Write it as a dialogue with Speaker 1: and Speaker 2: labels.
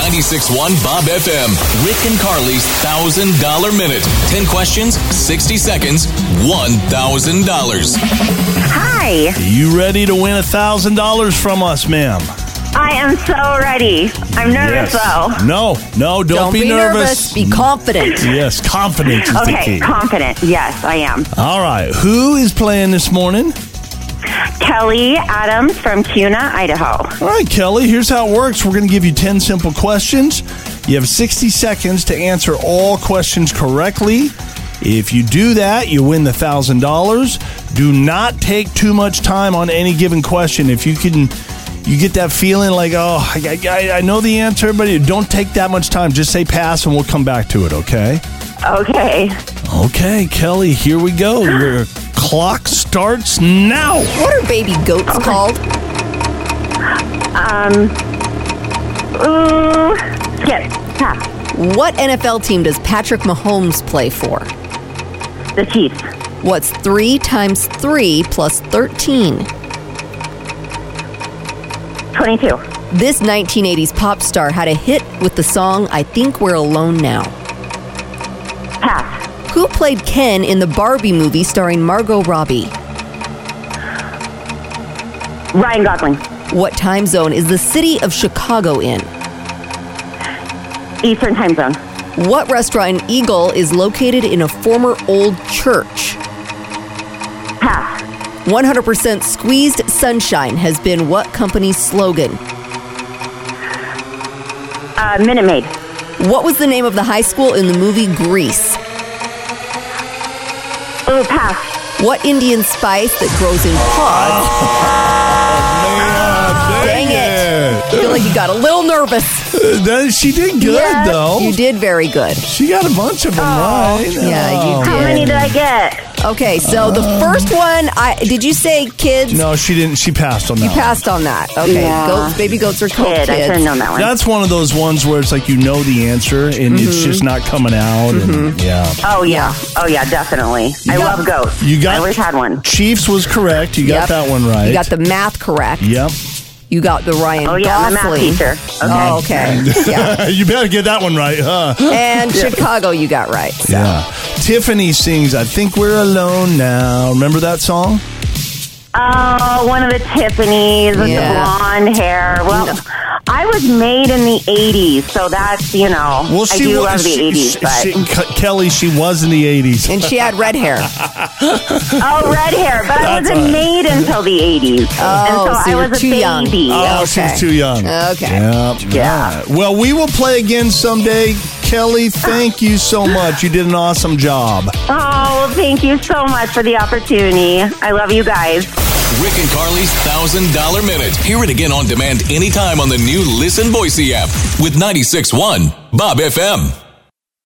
Speaker 1: 961 Bob FM. Rick and Carly's $1,000 minute. 10 questions, 60 seconds, $1,000.
Speaker 2: Hi,
Speaker 3: You ready to win $1,000 from us, ma'am?
Speaker 2: I am so ready. I'm nervous though.
Speaker 3: No, no, don't,
Speaker 4: Don't be, nervous. Be confident.
Speaker 3: yes, confidence is the
Speaker 2: Okay,
Speaker 3: key.
Speaker 2: confident. Yes, I am.
Speaker 3: All right, who is playing this morning?
Speaker 2: Kelly Adams from Cuna, Idaho.
Speaker 3: All right, Kelly, here's how it works. We're going to give you 10 simple questions. You have 60 seconds to answer all questions correctly. If you do that, you win the $1,000. Do not take too much time on any given question. If you can, you get that feeling like, oh, I, I, I know the answer, but it- don't take that much time. Just say pass and we'll come back to it, okay?
Speaker 2: Okay.
Speaker 3: Okay, Kelly, here we go. Your clock starts now.
Speaker 4: What are baby goats called?
Speaker 2: um, Ooh, skip. Pass.
Speaker 4: What NFL team does Patrick Mahomes play for?
Speaker 2: The Chiefs.
Speaker 4: What's 3 times 3 plus 13?
Speaker 2: 22.
Speaker 4: This 1980s pop star had a hit with the song I Think We're Alone Now.
Speaker 2: Pass.
Speaker 4: Who played Ken in the Barbie movie starring Margot Robbie?
Speaker 2: Ryan Gosling.
Speaker 4: What time zone is the city of Chicago in?
Speaker 2: Eastern time zone.
Speaker 4: What restaurant in Eagle is located in a former old church?
Speaker 2: Pass.
Speaker 4: 100% squeezed sunshine has been what company's slogan?
Speaker 2: Uh, Minute Maid.
Speaker 4: What was the name of the high school in the movie Grease?
Speaker 2: Ooh, pass.
Speaker 4: What Indian spice that grows in pods? Oh, Dang it! I feel like you got a little nervous.
Speaker 3: That- She did good,
Speaker 2: Yes,
Speaker 3: though.
Speaker 4: You did very good.
Speaker 3: She got a bunch of them right.
Speaker 4: Yeah, you
Speaker 3: Oh.
Speaker 4: did.
Speaker 2: How many did I get?
Speaker 4: Okay, so the first one, I did you say kids?
Speaker 3: No, she didn't. She passed on that.
Speaker 4: You passed on that. Okay,
Speaker 2: Yeah.
Speaker 4: goats, baby goats are called
Speaker 2: Kid. I should
Speaker 4: kids.
Speaker 2: have known that one.
Speaker 3: That's one of those ones where it's like you know the answer and it's
Speaker 4: Mm-hmm.
Speaker 3: just not coming out. And, yeah.
Speaker 2: Oh yeah. Oh yeah, definitely. I
Speaker 4: got-
Speaker 2: love goats.
Speaker 3: You got
Speaker 2: I always had one.
Speaker 3: Chiefs was correct. You got
Speaker 4: Yep.
Speaker 3: that one right.
Speaker 4: You got the math correct.
Speaker 3: Yep.
Speaker 4: You got the Ryan
Speaker 2: Oh yeah, I'm a math
Speaker 4: Gosling.
Speaker 2: teacher. Okay.
Speaker 4: Oh, okay. yeah.
Speaker 3: you better get that one right, huh?
Speaker 4: And Chicago, you got right. So.
Speaker 3: Yeah. Tiffany sings I Think We're Alone Now. Remember that song?
Speaker 2: Oh, one of the Tiffany's with
Speaker 4: Yeah.
Speaker 2: the blonde hair. Well, I was made in the '80s, so that's you know. I do
Speaker 3: wa-
Speaker 2: love the
Speaker 3: she-
Speaker 2: '80s,
Speaker 3: she-
Speaker 2: but
Speaker 3: she- Ke- Kelly, she was in the 80s.
Speaker 4: And she had red hair.
Speaker 2: oh, red hair. But I
Speaker 3: That's
Speaker 2: wasn't
Speaker 3: all right.
Speaker 2: made until the '80s,
Speaker 4: Oh,
Speaker 2: and so,
Speaker 4: so you
Speaker 2: I
Speaker 4: were
Speaker 2: was
Speaker 4: too
Speaker 2: a baby.
Speaker 4: young.
Speaker 3: Oh, she
Speaker 4: Okay.
Speaker 3: was too young.
Speaker 4: Okay.
Speaker 3: Yep.
Speaker 2: Yeah.
Speaker 3: Well, we will play again someday. Kelly, thank you so much. You did an awesome job.
Speaker 2: Oh, well, thank you so much for the opportunity. I love you guys.
Speaker 1: Rick and Carly's $1,000 minute. Hear it again on demand anytime on the new Listen Boise app with 961 Bob FM.